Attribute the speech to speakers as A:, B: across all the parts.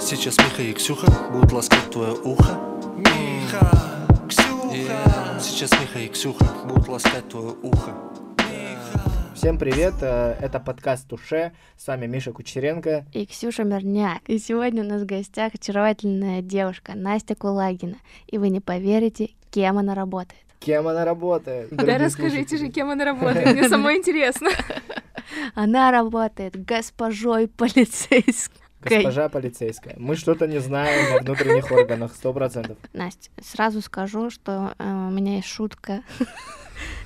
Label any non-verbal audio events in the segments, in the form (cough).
A: Сейчас Миха и Ксюха будут ласкать твое ухо. Миха, Ксюха. Сейчас Миха и Ксюха будут ласкать твое ухо.
B: Всем привет, э, это подкаст «Туше», с вами Миша Кучеренко.
C: и Ксюша Мирняк. И сегодня у нас в гостях очаровательная девушка Настя Кулагина. И вы не поверите, кем она работает.
B: Кем она работает?
D: Да
B: дорогие
D: расскажите же,
B: слушатели?
D: кем она работает,
B: (laughs)
C: (laughs)
D: мне самой интересно. (laughs)
C: Она работает госпожой полицейской.
B: Госпожа полицейская. Мы что-то не знаем о внутренних органах, сто процентов.
C: Настя, сразу скажу, что э, у меня есть шутка. (laughs)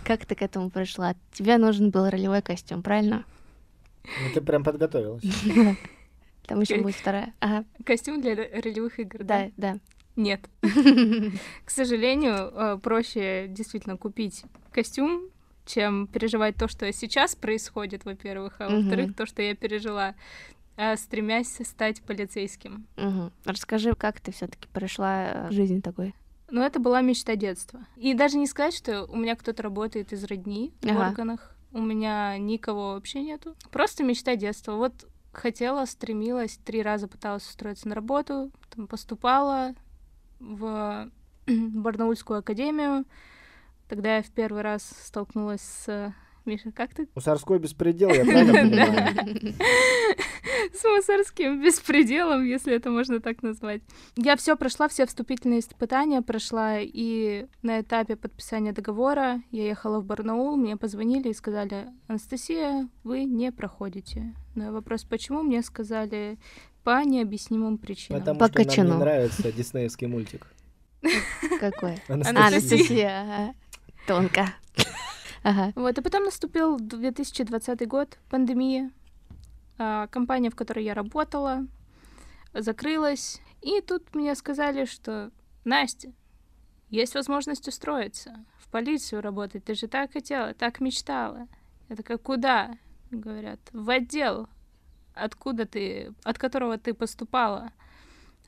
C: Как ты к этому пришла? Тебе нужен был ролевой костюм,
D: (laughs)
C: правильно?
B: Ну, ты прям подготовилась.
C: Там еще
D: Окей.
C: будет вторая. Ага,
D: Костюм для р- ролевых игр, да?
C: да, да. (laughs)
D: Нет. К сожалению, э, проще действительно купить костюм, чем переживать то, что сейчас происходит, во-первых, а
C: Мгм.
D: во-вторых, то, что я пережила, э, стремясь стать полицейским.
C: Мгм. Расскажи, как ты все-таки пришла э, к жизни такой?
D: Но это была мечта детства. И даже не сказать, что у меня кто-то работает из родни в
C: Ага.
D: органах. У меня никого вообще нету. Просто мечта детства. Вот хотела, стремилась, три раза пыталась устроиться на работу, там поступала в (clears throat) Барнаульскую академию. Тогда я в первый раз столкнулась с... Миша, как ты?
B: Мусорской беспредел, я
D: (laughs)
B: правильно (laughs) понимаю?
D: С мусорским беспределом, если это можно так назвать. Я все прошла, все вступительные испытания прошла, и на этапе подписания договора я ехала в Барнаул, мне позвонили и сказали, Анастасия, вы не проходите. На вопрос, почему, мне сказали по необъяснимым причинам.
B: Потому
C: По
B: что нам не
C: кочану.
B: нравится диснеевский мультик.
C: Какой?
B: Анастасия.
C: Анастасия. ага. Тонко. Ага.
D: Вот, и потом наступил 2020 год, пандемия. А, компания, в которой я работала, закрылась. И тут мне сказали, что Настя, есть возможность устроиться, в полицию работать. Ты же так хотела, так мечтала. Я такая, куда? Говорят, в отдел, откуда ты, от которого ты поступала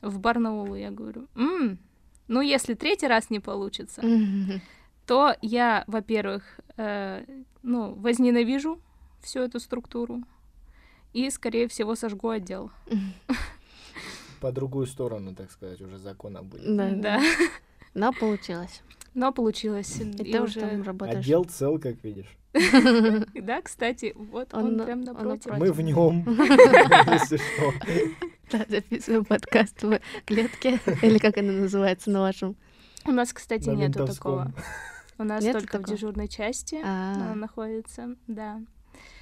D: в Барнаул. Я говорю, «М, ну если третий раз не получится,
C: Мгм.
D: то я, во-первых, э, ну, возненавижу всю эту структуру и, скорее всего, сожгу отдел.
B: По другую сторону, так сказать, уже закона будет.
C: Да, да. Но получилось.
D: Но получилось.
C: И ты уже там работаешь.
B: Отдел цел, как видишь.
D: Да, кстати, вот
C: Он
D: он,
C: на-
D: прям
C: он
D: напротив.
C: напротив.
B: Мы в нем, (laughs) если что.
C: Да, записываем подкаст в клетке, или как она называется на вашем.
D: У нас, кстати,
B: На
D: нету
B: ментовском.
D: такого. У нас
C: Нету
D: только в
C: такого?
D: дежурной части
C: А,
D: Ну, она находится, да.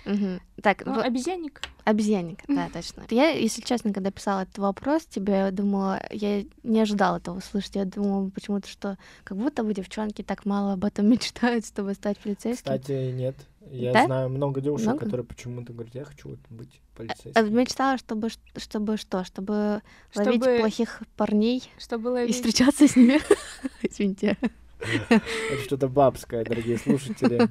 C: мгм. Так,
D: Ну,
C: вот
D: обезьянник.
C: обезьянник, да, точно. Я, если честно, когда писала этот вопрос тебе, я думала, я не ожидала этого услышать. Я думала почему-то, что как будто бы девчонки так мало об этом (laughs) мечтают, чтобы стать полицейским.
B: Кстати, нет. Я
C: Да?
B: знаю много девушек,
C: Много?
B: которые почему-то говорят, я хочу вот быть
C: А
B: полицейским.
C: Мечтала, чтобы, ш- чтобы что? Чтобы, ловить
D: Чтобы-
C: плохих парней
D: Чтобы
C: и
D: ловить-
C: встречаться с
D: (laughs)
C: ними. Извините.
B: Это что-то бабское, дорогие слушатели.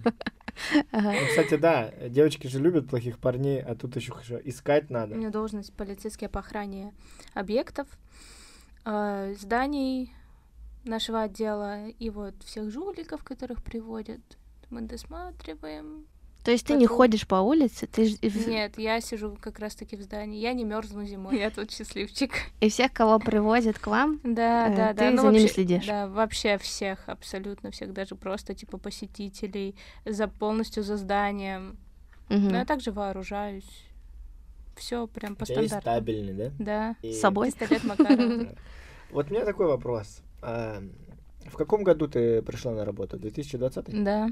C: Ага.
B: Ну, кстати, да, девочки же любят плохих парней, а тут еще искать
D: У
B: надо.
D: меня должность полицейская по охране объектов, э, зданий нашего отдела и вот всех жуликов, которых приводят.
C: (laughs)
D: Мы досматриваем.
C: То есть ты не
D: Поэтому-
C: ходишь по улице, ты ж- и в-
D: Нет, я сижу как раз-таки в здании. Я не мерзну зимой. Я тут счастливчик.
C: и всех, кого привозят к вам,
D: Да,
C: Э,
D: да, да.
C: ты
D: Ну,
C: за ними
D: вообще-
C: следишь.
D: Да, вообще всех, абсолютно всех, даже просто типа посетителей, за полностью за зданием.
C: Мгм.
D: Но я также вооружаюсь. Все прям
B: У
D: по
B: тебя есть
D: стандарту.
B: стабильный, да?
D: Да.
B: И-
C: С собой?
D: Пистолет Макарова.
C: (laughs)
B: Вот у меня такой вопрос. А, В каком году ты пришла на работу? 2020?
D: Да.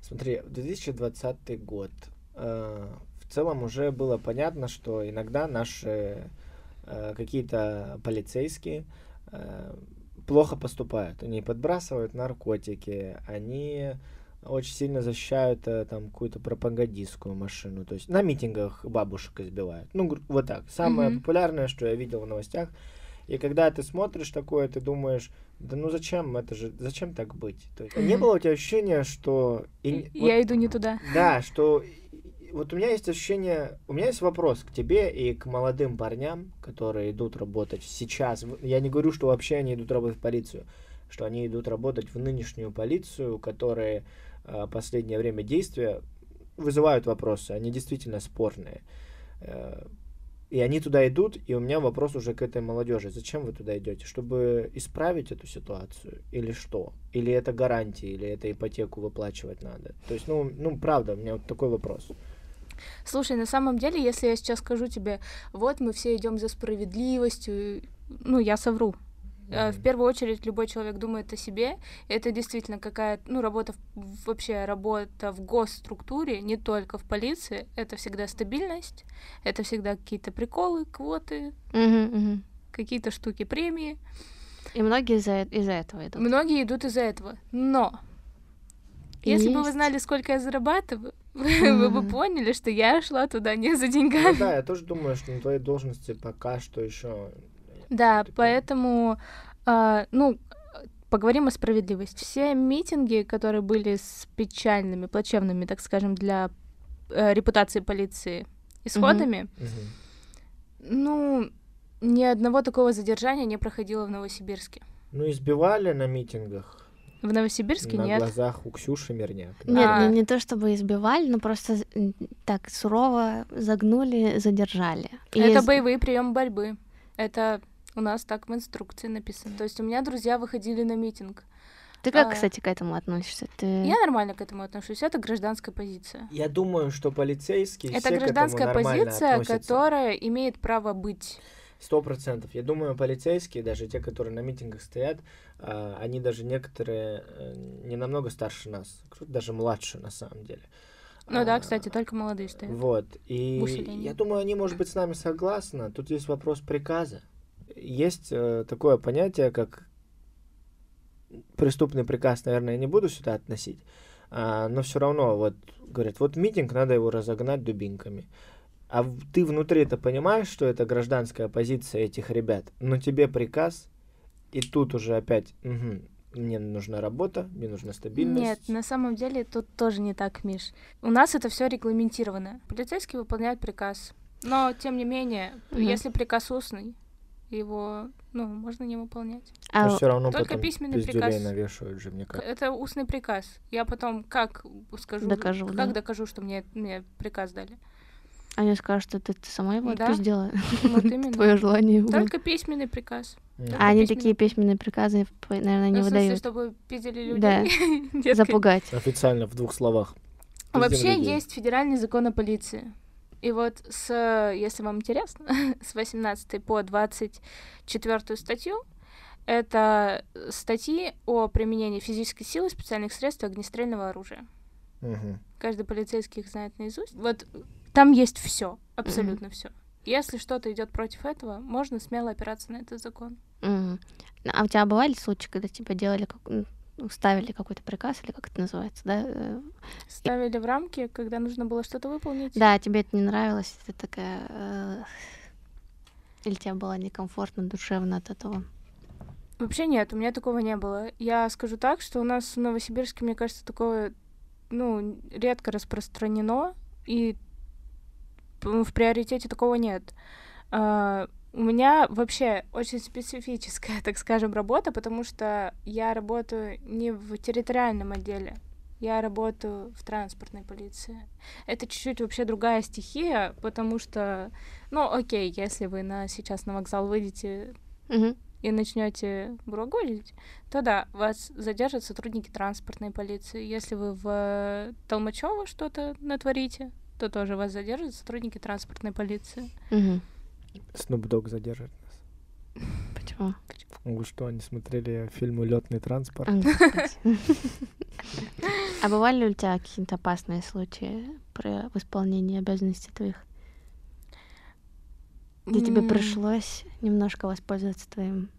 B: Смотри, 2020 год. Э, В целом уже было понятно, что иногда наши э, какие-то полицейские э, плохо поступают. Они подбрасывают наркотики, они очень сильно защищают э, там какую-то пропагандистскую машину. То есть на митингах бабушек избивают. Ну, гру- вот так. Самое
D: Мгм.
B: популярное, что я видел в новостях. И когда ты смотришь такое, ты думаешь, да ну зачем это же, зачем так быть? То есть, не
C: Мгм.
B: было у тебя ощущения, что... и не- вот-
D: Я иду не туда.
B: да, что и- вот у меня есть ощущение, у меня есть вопрос к тебе и к молодым парням, которые идут работать сейчас. В- Я не говорю, что вообще они идут работать в полицию, что они идут работать в нынешнюю полицию, которые э, последнее время действия вызывают вопросы, они действительно спорные. Э, И они туда идут, и у меня вопрос уже к этой молодежи. Зачем вы туда идете? Чтобы исправить эту ситуацию? Или что? Или это гарантии, или это ипотеку выплачивать надо? То есть, ну, ну правда, у меня вот такой вопрос.
D: Слушай, на самом деле, если я сейчас скажу тебе, вот мы все идем за справедливостью, ну, я совру. Э, В
B: Мгм.
D: первую очередь любой человек думает о себе. Это действительно какая-то, ну, работа в- вообще работа в госструктуре, не только в полиции. Это всегда стабильность, это всегда какие-то приколы, квоты,
C: Мгм, мгм.
D: какие-то штуки, премии.
C: И многие из-за э, из-за этого идут.
D: Многие идут из-за этого. Но если бы вы
C: Есть.
D: знали, сколько я зарабатываю, (laughs) вы бы
C: Мгм.
D: поняли, что я шла туда не за
B: Ну
D: деньгами.
B: да, я тоже думаю, что на твоей должности пока что еще...
D: Да,
B: Ты прав.
D: поэтому, а, ну, поговорим о справедливости. Все митинги, которые были с печальными, плачевными, так скажем, для э, репутации полиции исходами, ну, ни одного такого задержания не проходило в Новосибирске.
B: Ну, избивали на митингах.
D: В Новосибирске
B: на
D: нет.
B: глазах у Ксюши Мирняк.
C: Нет,
D: А.
C: не, не то чтобы избивали, но просто з- м, так сурово загнули, задержали. И
D: Это
C: с-
D: боевые приемы борьбы. Это у нас так в инструкции написано. То есть у меня друзья выходили на митинг.
C: Ты как,
D: а.
C: кстати, к этому относишься? Ты...
D: Я нормально к этому отношусь. Это гражданская позиция.
B: Я думаю, что полицейские
D: Это
B: все к этому
D: гражданская
B: нормально
D: позиция,
B: относятся.
D: которая имеет право быть.
B: Сто процентов. Я думаю, полицейские, даже те, которые на митингах стоят, а, они даже некоторые э, не намного старше нас, кто-то даже младше на самом деле.
D: Ну да,
B: А,
D: кстати, только молодые стоят.
B: Вот. И
D: Усиление.
B: я думаю, они, может быть, с нами согласны. Тут есть вопрос приказа. Есть э, такое понятие, как преступный приказ, наверное, я не буду сюда относить, а, но все равно, вот, говорят, вот митинг, надо его разогнать дубинками. А в- ты внутри это понимаешь, что это гражданская позиция этих ребят, но тебе приказ, и тут уже опять, «Мгм, мне нужна работа, мне нужна
D: Нет, ну,
B: стабильность.
D: на самом деле тут тоже не так, Миш. У нас это все регламентировано. Полицейский выполняет приказ. Но, тем не менее,
C: Мгм.
D: если приказ устный, его, ну, можно не выполнять.
C: А,
B: все равно
D: только
B: потом
D: письменный
B: пиздюлей
D: приказ.
B: навешивают же, мне
D: К-
B: кажется.
D: Это устный приказ. Я потом как скажу,
C: Докажу,
D: как
C: да.
D: докажу, что мне, мне
C: (laughs)
D: приказ дали.
C: Они скажут, что ты, ты сама его
D: Ну Да.
C: (laughs) отпиздила.
D: Вот именно.
C: Твое желание было.
D: Только письменный приказ.
B: Мгм.
C: А они
D: письменный.
C: такие письменные приказы, п- наверное, не
D: Ну, в смысле,
C: выдают.
D: чтобы пиздили людей. (laughs)
C: Да.
D: Нет, конечно.
C: Запугать.
B: Официально в двух словах. Пиздим
D: А Вообще
B: людей.
D: есть федеральный закон о полиции. И вот с, э, если вам интересно, (laughs) с 18 по 24 статью это статьи о применении физической силы, специальных средств и огнестрельного оружия.
B: Мгм.
D: Каждый полицейский их знает наизусть. Вот там есть все, абсолютно все. Если что-то идет против этого, можно смело опираться на этот закон.
C: Мгм. Ну, А у тебя бывали случаи, когда тебя делали, как- ну, ставили какой-то приказ, или как это называется, да? Э,
D: Ставили в рамки, когда нужно было что-то выполнить.
C: Да, тебе это не нравилось, и ты такая... э, Или тебе было некомфортно душевно от этого?
D: Вообще нет, у меня такого не было. Я скажу так, что у нас в Новосибирске, мне кажется, такое, ну, редко распространено, и п- в приоритете такого нет. А, У меня вообще очень специфическая, (laughs) так скажем, работа, потому что я работаю не в территориальном отделе, я работаю в транспортной полиции. Это чуть-чуть вообще другая стихия, потому что, ну, окей, если вы на, сейчас на вокзал выйдете,
C: Мгм.
D: и начнете глаголить, то да, вас задержат сотрудники транспортной полиции. Если вы в Толмачево что-то натворите, то тоже вас задержат сотрудники транспортной полиции.
C: Мгм.
E: Snoop Dogg задержит.
C: Почему?
E: Вы что, они смотрели фильм «Улетный транспорт»?
C: А, господи. (laughs) А бывали ли у тебя какие-то опасные случаи при в исполнении обязанностей твоих, где тебе
D: М,
C: пришлось немножко воспользоваться твоим?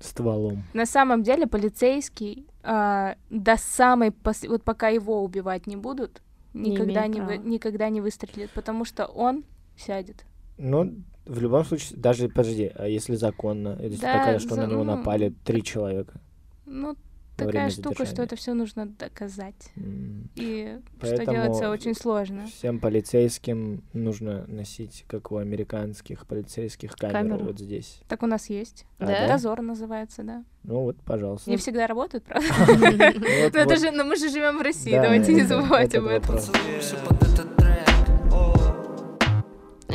B: Стволом.
D: На самом деле полицейский а, до самой пос- вот пока его убивать не будут,
C: Не
D: никогда
C: имеет
D: не, вы-
C: права.
D: никогда не выстрелит, потому что он сядет.
B: Ну, в любом случае, даже, подожди, а если законно, если
D: Да,
B: такая, что на
D: за-
B: него
D: ну,
B: напали три человека.
D: Ну
B: Во
D: такая
B: время
D: штука, что
B: задержания.
D: это все нужно доказать.
B: М,
D: И что
B: Поэтому
D: делается очень сложно.
B: Всем полицейским нужно носить, как у американских полицейских, камеру,
C: Камеру.
B: вот здесь.
D: Так у нас есть.
B: А,
C: Да?
B: да?
D: Дозор называется, да.
B: Ну вот, пожалуйста.
D: Не всегда работает, правда?
B: Ну, вот-
D: Но, это
B: вот-
D: же, но мы же живем в России,
B: да,
D: давайте не
B: это-
D: забывать
B: этот
D: об этом.
B: вопрос.
A: Oh, Поцелуемся под этот трек О,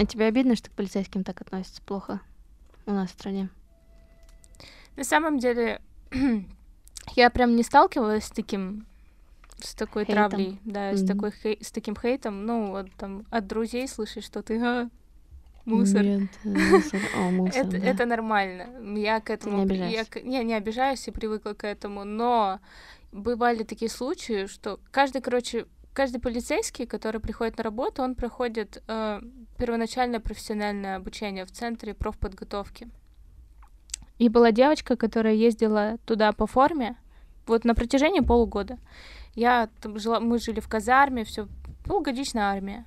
C: А тебе обидно, что к полицейским так относятся плохо у нас в стране?
D: На самом деле, (clears throat) я прям не сталкивалась с таким с такой
C: Хейтом.
D: травлей, да, с
C: Мгм.
D: такой хей- с таким хейтом, ну вот там от друзей слышишь, что ты «А, мусор.
C: Нет, э, мусор.
D: (laughs)
C: О, мусор,
D: это,
C: да.
D: это нормально. Я к этому...
C: не
D: при- я
C: обижаешься?
D: к- не, не обижаюсь и привыкла к этому, но бывали такие случаи, что каждый, короче, каждый полицейский, который приходит на работу, он проходит э, первоначальное профессиональное обучение в центре профподготовки. И была девочка, которая ездила туда по форме, вот на протяжении полугода. Я там жила, мы жили в казарме, все полугодичная армия.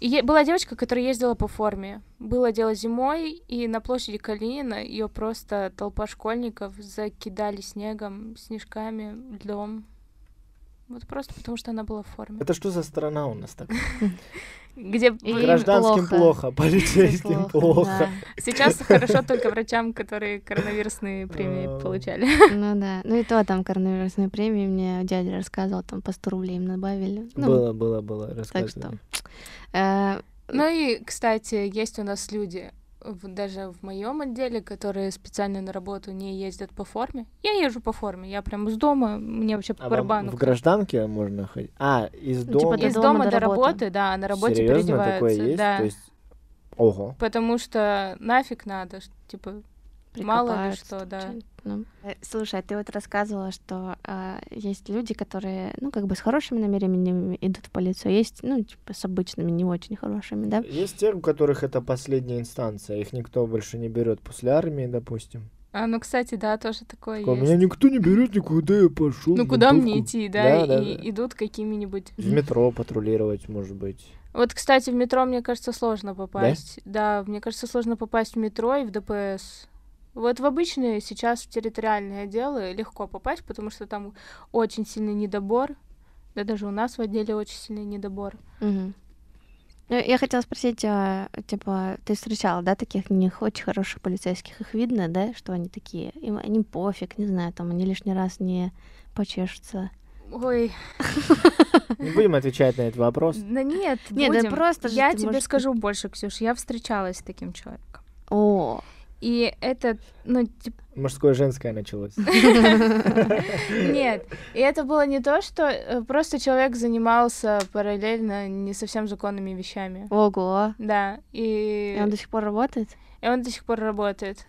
D: И е- была девочка, которая ездила по форме. Было дело зимой, и на площади Калинина ее просто толпа школьников закидали снегом, снежками, льдом. Вот просто потому, что она была в форме.
B: Это что за страна у нас такая?
D: Где
C: И
D: вы-
C: граждан-
B: Гражданским
C: плохо.
B: плохо, полицейским плохо.
D: сейчас хорошо только врачам, которые коронавирусные премии
B: Ам.
C: да.
D: получали.
C: (laughs) Ну да. Ну и то там коронавирусные премии мне дядя рассказывал, там по 100 рублей им добавили. Ну,
B: Было, было, было.
C: так
B: рассказывали.
C: что. э,
D: Ну и, кстати, есть у нас люди, в- даже в моем отделе, которые специально на работу не ездят по форме. Я езжу по форме, я прям из дома, мне вообще по
B: А вам в
D: барабану. кто.
B: гражданке можно ходить? А, из
C: Ну, типа
B: дома?
C: От
D: Из
C: дома
D: дома
C: до
D: до
C: работы.
D: работы, да, а на работе
B: Серьезно такое
D: переодеваются.
B: есть?
D: Да.
B: То есть, ого.
D: Потому что нафиг надо, ш- типа, мало ли
C: прикопаются
D: что,
C: там
D: да.
C: что-нибудь, ну. Э, Слушай, а ты вот рассказывала, что а, есть люди, которые, ну, как бы с хорошими намерениями идут в полицию, а есть, ну, типа, с обычными, не очень хорошими, да?
B: Есть те, у которых это последняя инстанция, их никто больше не берет после армии, допустим.
D: А, ну, кстати, да, тоже такое
B: Такой,
D: есть.
B: Меня никто не берет, никуда я пошел.
D: Ну, куда мне идти, да,
B: Да, да,
D: и
B: да.
D: идут какими-нибудь...
B: В метро патрулировать, может
D: (laughs)
B: быть.
D: Вот, кстати, в метро, мне кажется, сложно попасть. Да? мне кажется, сложно попасть в метро и в ДПС. Вот в обычные сейчас в территориальные отделы легко попасть, потому что там очень сильный недобор. Да даже у нас в отделе очень сильный недобор.
C: Мгм. Ну, Я хотела спросить, а, типа, ты встречала, да, таких не очень хороших полицейских? Их видно, да, что они такие? Им, они пофиг, не знаю, там, они лишний раз не почешутся.
D: Ой,
B: Не будем отвечать на этот вопрос.
D: да (laughs) нет,
C: Нет, да
D: будем.
C: просто же
D: Я
C: ты
D: тебе
C: можешь-
D: скажу больше, Ксюш, я встречалась с таким человеком.
C: О,
D: И это, ну, типа,
B: Мужское женское началось.
D: Нет, и это было не то, что э, просто человек занимался параллельно не совсем законными вещами.
C: ого.
D: Да, и,
C: И он до сих пор работает?
D: и он до сих пор работает. (laughs)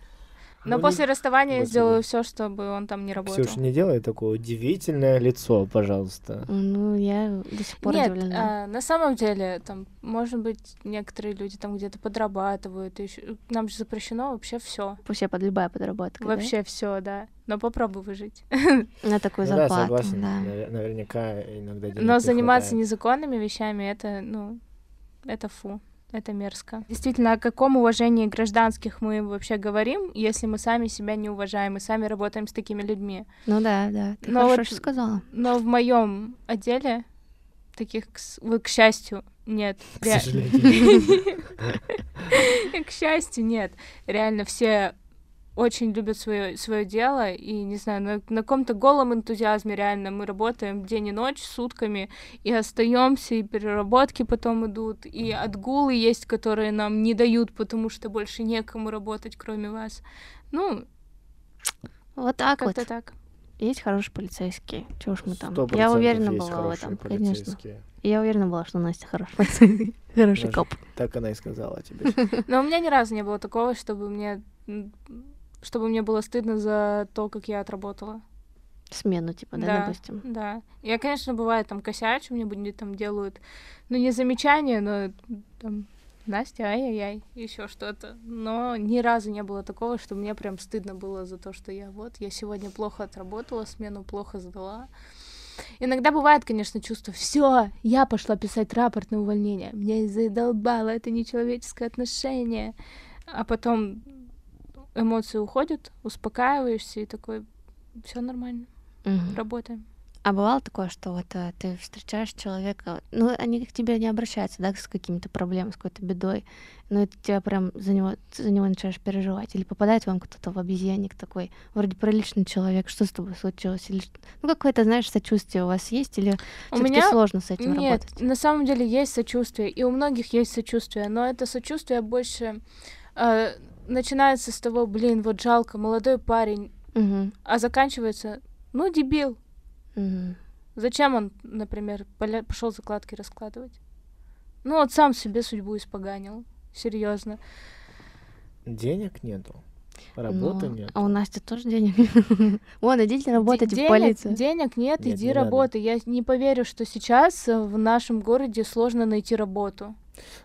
B: Ну,
D: Но
B: не-
D: после расставания я
B: Господи.
D: сделаю все, чтобы он там не работал.
B: Ксюш, не делай такое удивительное лицо, пожалуйста.
C: Ну, я до сих пор
D: Нет,
C: удивлена.
D: а, на самом деле, там, может быть, некоторые люди там где-то подрабатывают, и ещё- нам же запрещено вообще все.
C: Вообще под любая подработка, да?
D: Вообще все, да. Но попробуй выжить.
C: На такую
B: Ну да,
C: зарплату,
B: согласен.
C: да.
B: навер- Наверняка иногда денег
D: Но
B: не
D: заниматься
B: хватает.
D: незаконными вещами это, ну, это фу. Это мерзко. Действительно, о каком уважении гражданских мы вообще говорим, если мы сами себя не уважаем и сами работаем с такими людьми?
C: Ну да, да. Ты
D: Но
C: хорошо
D: вот-
C: всё сказала.
D: Но в моем отделе таких, к, с- вот, к счастью, нет.
B: К
D: Ре-
B: сожалению.
C: (laughs)
D: (laughs) К счастью, нет. Реально все очень любят свое, свое дело, и, не знаю, на, на каком-то голом энтузиазме реально мы работаем день и ночь, сутками, и остаемся, и переработки потом идут, и отгулы есть, которые нам не дают, потому что больше некому работать, кроме вас. Ну,
C: Вот так вот.
D: как-то так.
C: Есть хорошие полицейские. Чего ж мы Ну, там?
B: Сто
C: Я
B: процентов
C: уверена
B: есть
C: была в
B: хорошие
C: этом, конечно.
B: полицейские.
C: Я уверена была, что Настя (laughs) хороший полицейский. Хороший
B: Даже
C: коп.
B: Так она и сказала тебе. (laughs)
D: Но у меня ни разу не было такого, чтобы мне м, чтобы мне было стыдно за то, как я отработала.
C: Смену, типа, да,
D: Да.
C: допустим.
D: Да. Я, конечно, бывает там косячу, мне будет там делают, ну, не замечания, но там, Настя, ай-яй-яй, еще что-то. Но ни разу не было такого, что мне прям стыдно было за то, что я вот, я сегодня плохо отработала, смену плохо сдала. Иногда бывает, конечно, чувство, все, я пошла писать рапорт на увольнение, меня задолбало это нечеловеческое отношение. А потом эмоции уходят, успокаиваешься и такой, все нормально,
C: Мгм.
D: работаем.
C: А бывало такое, что вот э, ты встречаешь человека, ну, они к тебе не обращаются, да, с какими-то проблемами, с какой-то бедой, но это тебя прям за него, ты за него начинаешь переживать. Или попадает вам кто-то в обезьянник такой, вроде приличный человек, что с тобой случилось? Или, что- ну, какое-то, знаешь, сочувствие у вас есть, или
D: У
C: всё-таки
D: меня
C: сложно с этим
D: Нет,
C: работать?
D: на самом деле есть сочувствие, и у многих есть сочувствие, но это сочувствие больше э, начинается с того, блин, вот жалко, молодой парень,
C: Мгм,
D: а заканчивается, ну, дебил.
C: мгм.
D: Зачем он, например, пошел закладки раскладывать? Ну, вот сам себе судьбу испоганил. Серьезно.
B: Денег нету, работы
C: Ну,
B: нет.
C: А у Насти тоже денег. (laughs) Вон, идите работать в
D: денег,
C: полицию.
D: денег нет,
B: Нет,
D: иди
B: не надо.
D: работай. Я не поверю, что сейчас э, в нашем городе сложно найти работу.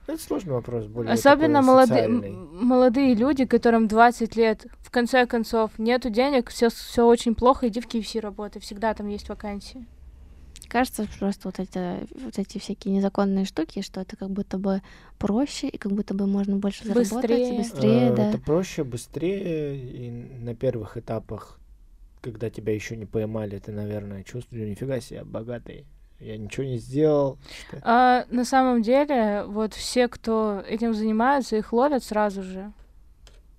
B: Ну, Это сложный вопрос, более
D: Особенно
B: такой
D: молодые,
B: социальный.
D: м- молодые люди, которым 20 лет, в конце концов, нету денег, все, все очень плохо, иди в KFC работай, всегда там есть вакансии.
C: Кажется, просто вот эти, вот эти всякие незаконные штуки, что это как будто бы проще, и как будто бы можно больше заработать,
D: Быстрее.
C: быстрее,
B: Э,
C: да.
B: Это проще, быстрее, и на первых этапах, когда тебя еще не поймали, ты, наверное, чувствуешь, нифига себе, я богатый, я ничего не сделал. что-то».
D: А на самом деле, вот все, кто этим занимаются, их ловят сразу же.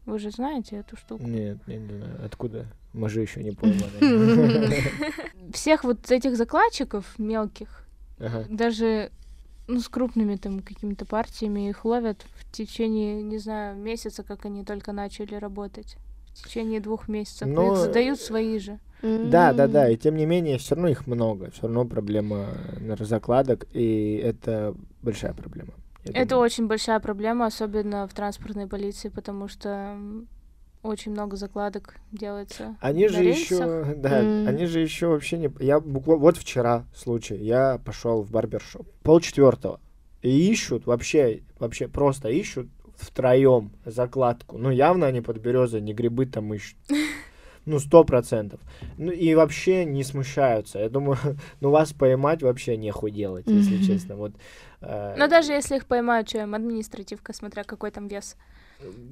D: Вы же знаете эту штуку.
B: Нет, не знаю, откуда? Мы же еще не
C: (laughs)
B: поймали. (laughs)
D: Всех вот этих закладчиков мелких,
B: Ага.
D: даже ну, с крупными там какими-то партиями их ловят в течение, не знаю, месяца, как они только начали работать. В течение двух месяцев. Но...
B: Но,
D: Их задают
B: э,
D: свои же.
B: Да, да, да.
C: М.
B: И тем не менее, все равно их много. Все равно проблема э, закладок, и это большая проблема. я
D: Это
B: думаю.
D: очень большая проблема, особенно в транспортной полиции, потому что м, очень много закладок делается.
B: Они
D: на
B: же
D: рельсах.
B: еще, да,
C: М.
B: они же еще вообще не. Я буквально вот вчера случай, я пошел в барбершоп полчетвертого и ищут вообще, вообще просто ищут втроем закладку. Ну явно они под березой не грибы там
C: (laughs)
B: ищут. Ну, сто процентов. Ну, и вообще не смущаются. Я думаю, (laughs) ну, вас поймать вообще нехуй делать, если
C: Мгм. Ну
B: честно. Вот, э,
D: Но даже если их поймают, что им административка, смотря какой там вес.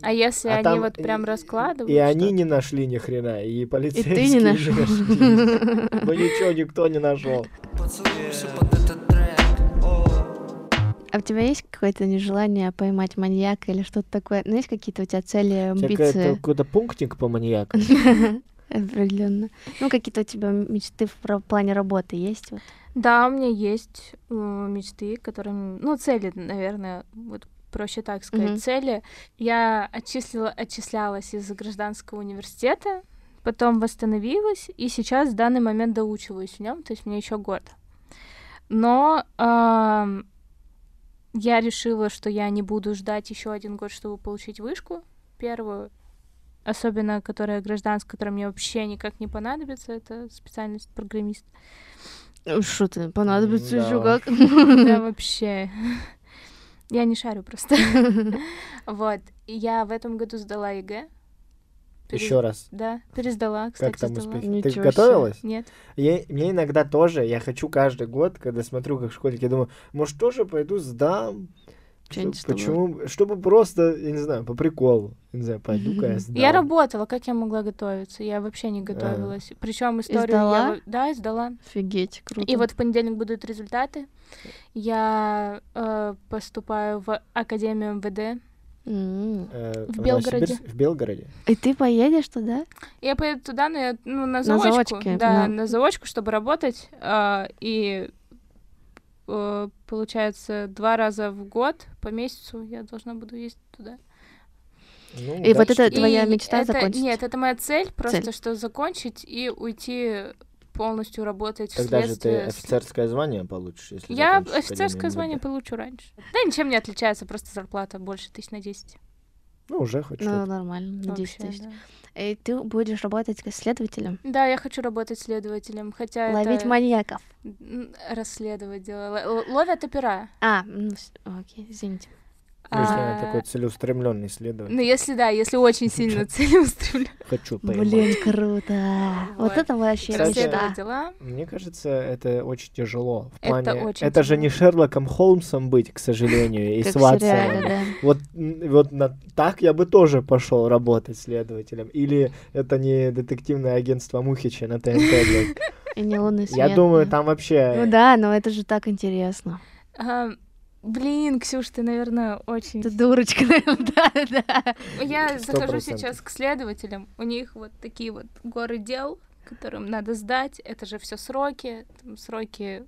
D: А если
B: А
D: они
B: там
D: вот прям
B: и-
D: раскладывают.
B: И они
D: что-то?
B: не нашли ни хрена, и
C: И
B: полицейские (laughs)
C: ты не
B: нашли.
C: нашел.
B: Ну ничего никто не нашел.
A: Поцелуйся под этот трек О,
C: А у тебя есть какое-то нежелание поймать маньяка или что-то такое? Ну, есть какие-то у тебя цели,
B: Какая-то-
C: амбиции?
B: Какой-то пунктик по
D: (laughs)
B: маньякам.
C: Определенно. Ну, какие-то у тебя мечты в про- плане работы есть? Вот.
D: Да, у меня есть э, мечты, которые... м, Ну, цели, наверное, вот проще так сказать,
C: Мгм.
D: цели. Я отчислила, отчислялась из гражданского университета, потом восстановилась, и сейчас в данный момент доучиваюсь в нем, то есть мне еще год. Но ам, я решила, что я не буду ждать еще один год, чтобы получить вышку первую, особенно которая гражданская, которая мне вообще никак не понадобится, это специальность программист. Э,
C: Что ты, понадобится
B: М,
C: еще
B: да.
C: как?
D: Да, вообще. (laughs) Я не шарю
B: (laughs)
D: просто. (laughs) Вот. И Я в этом году сдала ЕГЭ. Перез-
B: Еще раз.
D: Да, пересдала, кстати,
B: Как там
D: сдала.
B: успехи?
C: Ничего
B: Ты
C: себе.
B: готовилась?
D: Нет.
B: Я- Мне иногда тоже, я хочу каждый год, когда смотрю, как школьники, я думаю, может, тоже пойду сдам.
C: Что-нибудь
B: Чтоб-
C: чтобы-
B: Почему? Чтобы просто, я не знаю, по приколу. Не знаю, пойду-ка я сдам.
D: Я работала, как я могла готовиться? Я вообще
B: Э.
D: не готовилась. Причем историю я...
C: сдала?
D: вы- Да, сдала.
C: Офигеть,
B: Ну
C: круто.
D: И вот в понедельник будут результаты. Я э, поступаю в Академию МВД.
C: М.
B: Э,
D: в
B: Новосибирск-
D: Белгороде.
B: В Белгороде.
C: И ты поедешь туда?
D: Я поеду туда, но я ну, на
C: На
D: заочку.
C: заочке,
D: да,
C: да.
D: на заочку, чтобы работать. а, и э, получается, два раза в год по месяцу я должна буду ездить туда.
B: Ну,
C: И вот
B: удачи
C: это
B: тебе.
C: твоя
D: И
C: мечта
D: это-
C: закончить?
D: Нет, это моя цель, просто что закончить и уйти полностью работать
B: Когда же ты
D: вследствие... с-
B: офицерское звание получишь? если
D: Я
B: закончишь
D: офицерское
B: Академию
D: звание
B: МВД?
D: получу раньше. Да ничем не отличается, просто зарплата больше тысяч на 10.
B: Ну, уже хочу.
C: Ну, нормально, на 10
D: Вообще,
C: тысяч.
D: да.
C: И ты будешь работать как следователем?
D: Да, я хочу работать следователем, хотя
C: Ловить
D: это...
C: маньяков.
D: М, Расследовать дело. Л- л- Ловят опера.
C: А, ну, с- окей, извините.
D: А,
B: Если
D: А,
B: я такой типа целеустремленный следователь.
D: Ну, если да, если очень сильно целеустремленно
B: Хочу поймать.
C: Блин, круто. Вот
D: Вот.
C: это вообще
F: Кстати,
C: мечта.
D: расследовать дела.
B: Мне кажется, это очень тяжело. В
D: Это
B: плане...
D: очень
B: это же
D: тяжело.
B: не Шерлоком Холмсом быть, к сожалению, и
C: Как
B: с
C: в сериале,
B: Ватсоном.
C: да.
B: Вот, м, вот на... так я бы тоже пошел работать следователем. Или это не детективное агентство Мухича на ТНТ. блядь.
D: (laughs)
C: И не лунный свет.
B: Я думаю,
C: да.
B: там вообще...
C: Ну да, но это же так интересно.
D: А, блин, Ксюш, ты, наверное, очень...
C: Ты дурочка, (laughs) наверное, да, да.
D: Я
B: Сто
D: захожу
B: процентов.
D: сейчас к следователям. У них вот такие вот горы дел, которым надо сдать. Это же все сроки. Там сроки,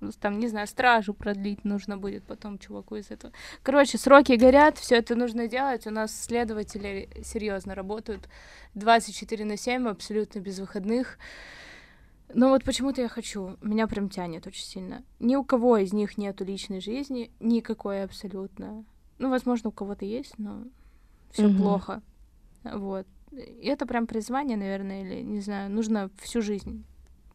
D: ну, там, не знаю, стражу продлить нужно будет потом чуваку из этого. Короче, сроки горят, все это нужно делать. У нас следователи серьезно работают 24 на 7, абсолютно без выходных. Но вот почему-то я хочу, меня прям тянет очень сильно. Ни у кого из них нету личной жизни, никакой абсолютно. Ну, возможно, у кого-то есть, но все
C: Мгм.
D: плохо. Вот. И это прям призвание, наверное, или, не знаю, нужно всю жизнь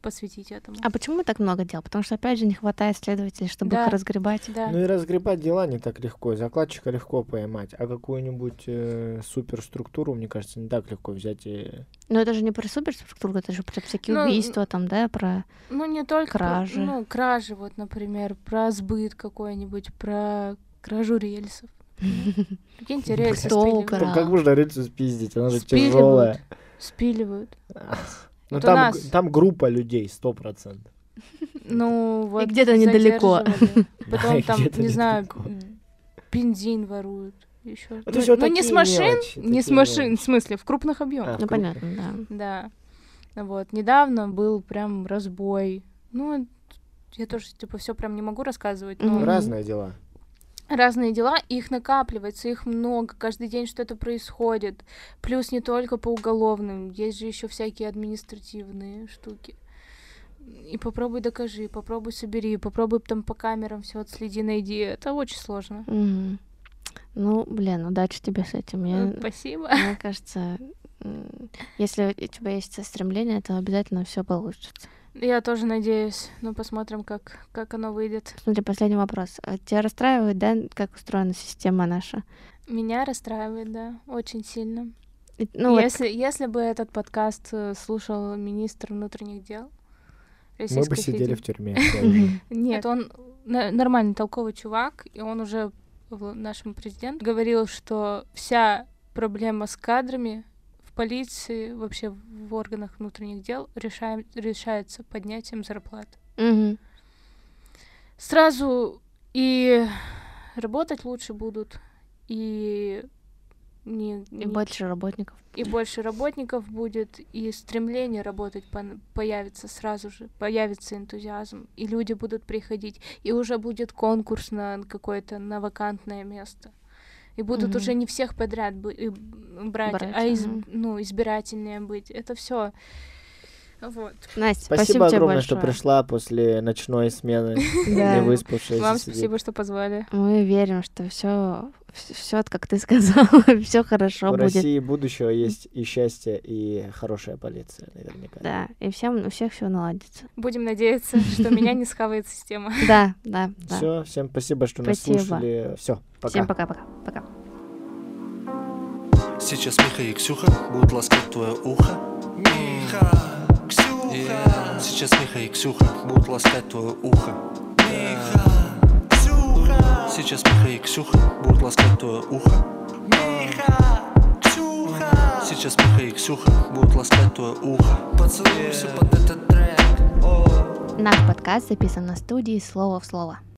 D: посвятить этому.
C: А почему так много дел? Потому что, опять же, не хватает следователей, чтобы
D: Да.
C: их разгребать.
D: Да.
B: Ну и разгребать дела не так легко, закладчика легко поймать, а какую-нибудь э, суперструктуру, мне кажется, не так легко взять и...
C: Но это же не про суперструктуру, это же про всякие
D: Ну,
C: убийства, там, да, про...
D: Ну, не только про-
C: Кражи.
D: ну, кражи, вот, например, про сбыт какой-нибудь, про
C: (laughs)
D: кражу рельсов. Прикиньте, рельсы
C: Кто
D: спиливают.
C: украл?
B: Там как можно рельсу спиздить, она же
D: Спиливают. (laughs)
B: тяжелая.
D: Спиливают.
B: Ну
D: Вот у
B: там,
D: нас.
B: г- там группа людей, сто процентов.
D: Ну, вот
C: где-то недалеко.
D: задерживали.
C: (laughs)
B: Да,
D: Потом
B: и
D: там,
B: где-то
D: не знаю,
B: недалеко.
D: бензин воруют. Еще.
B: Это всё
D: не с
B: такие
D: машин,
B: мелочи,
D: не с
B: такие
D: машин,
B: мелочи.
D: в смысле, в крупных объемах.
B: А,
C: Ну,
B: круто.
C: понятно, да.
D: Да. Вот. Недавно был прям разбой. Ну, я тоже, типа, все прям не могу рассказывать, но
C: Мгм.
B: Разные дела.
D: разные дела, их накапливается, их много, каждый день что-то происходит. Плюс не только по уголовным, есть же еще всякие административные штуки. И попробуй докажи, попробуй собери, попробуй там по камерам все отследи, найди. Это очень сложно.
C: Мгм. Ну, блин, удачи тебе с этим. Я-
D: Ну, Спасибо.
C: Мне кажется, м, если у тебя есть стремление, то обязательно все получится.
D: Я тоже надеюсь. Ну, посмотрим, как, как оно выйдет.
C: Смотри, последний вопрос. А Тебя расстраивает, да, как устроена система наша?
D: Меня расстраивает, да, очень сильно.
C: И- Ну, вот
D: если, если бы этот подкаст э, слушал министр внутренних дел
B: Мы
D: Российской
B: бы сидели
D: Федерации-
B: в тюрьме. я уверен.
D: Нет, он на- нормальный, толковый чувак, и он уже в- нашему президенту говорил, что вся проблема с кадрами в полиции, вообще в органах внутренних дел решаем- решается поднятием зарплат.
C: Мгм.
D: Сразу и работать лучше будут, и не,
C: И
D: не-
C: больше работников.
D: и больше работников будет, и стремление работать пон- появится сразу же, появится энтузиазм, и люди будут приходить, и уже будет конкурс на какое-то на вакантное место. И будут
C: Мгм.
D: уже не всех подряд бы- и б- брать,
C: Брать,
D: а из-
C: ага.
D: ну, избирательнее быть. Это все. Вот.
C: Настя, спасибо,
B: Спасибо
C: тебе
B: огромное,
C: большое.
B: что пришла после ночной
C: (laughs)
B: смены,
C: Да.
B: не выспавшаяся.
D: Вам
B: сидит.
D: спасибо, что позвали.
C: Мы верим, что все, все, как ты (laughs) сказала, все хорошо
B: У
C: будет.
B: России будущего есть и счастье, и хорошая полиция, наверняка.
C: Да, и всем, у всех все наладится.
D: Будем надеяться, что меня не схавает система.
C: Да, да, да.
B: Все, всем спасибо, что
C: Спасибо.
B: нас слушали. Все, пока.
C: Всем пока-пока. Пока.
A: Сейчас Миха и Ксюха будут ласкать твое ухо. Миха, Ксюха. Сейчас Миха и Ксюха будут ласкать твое ухо. Миха, Ксюха. Сейчас Миха и Ксюха будут ласкать твое ухо. Миха, Ксюха. Сейчас Миха и Ксюха будут ласкать твое ухо. Поцелуйся под этот трек.
C: Наш подкаст записан на студии «Слово в слово».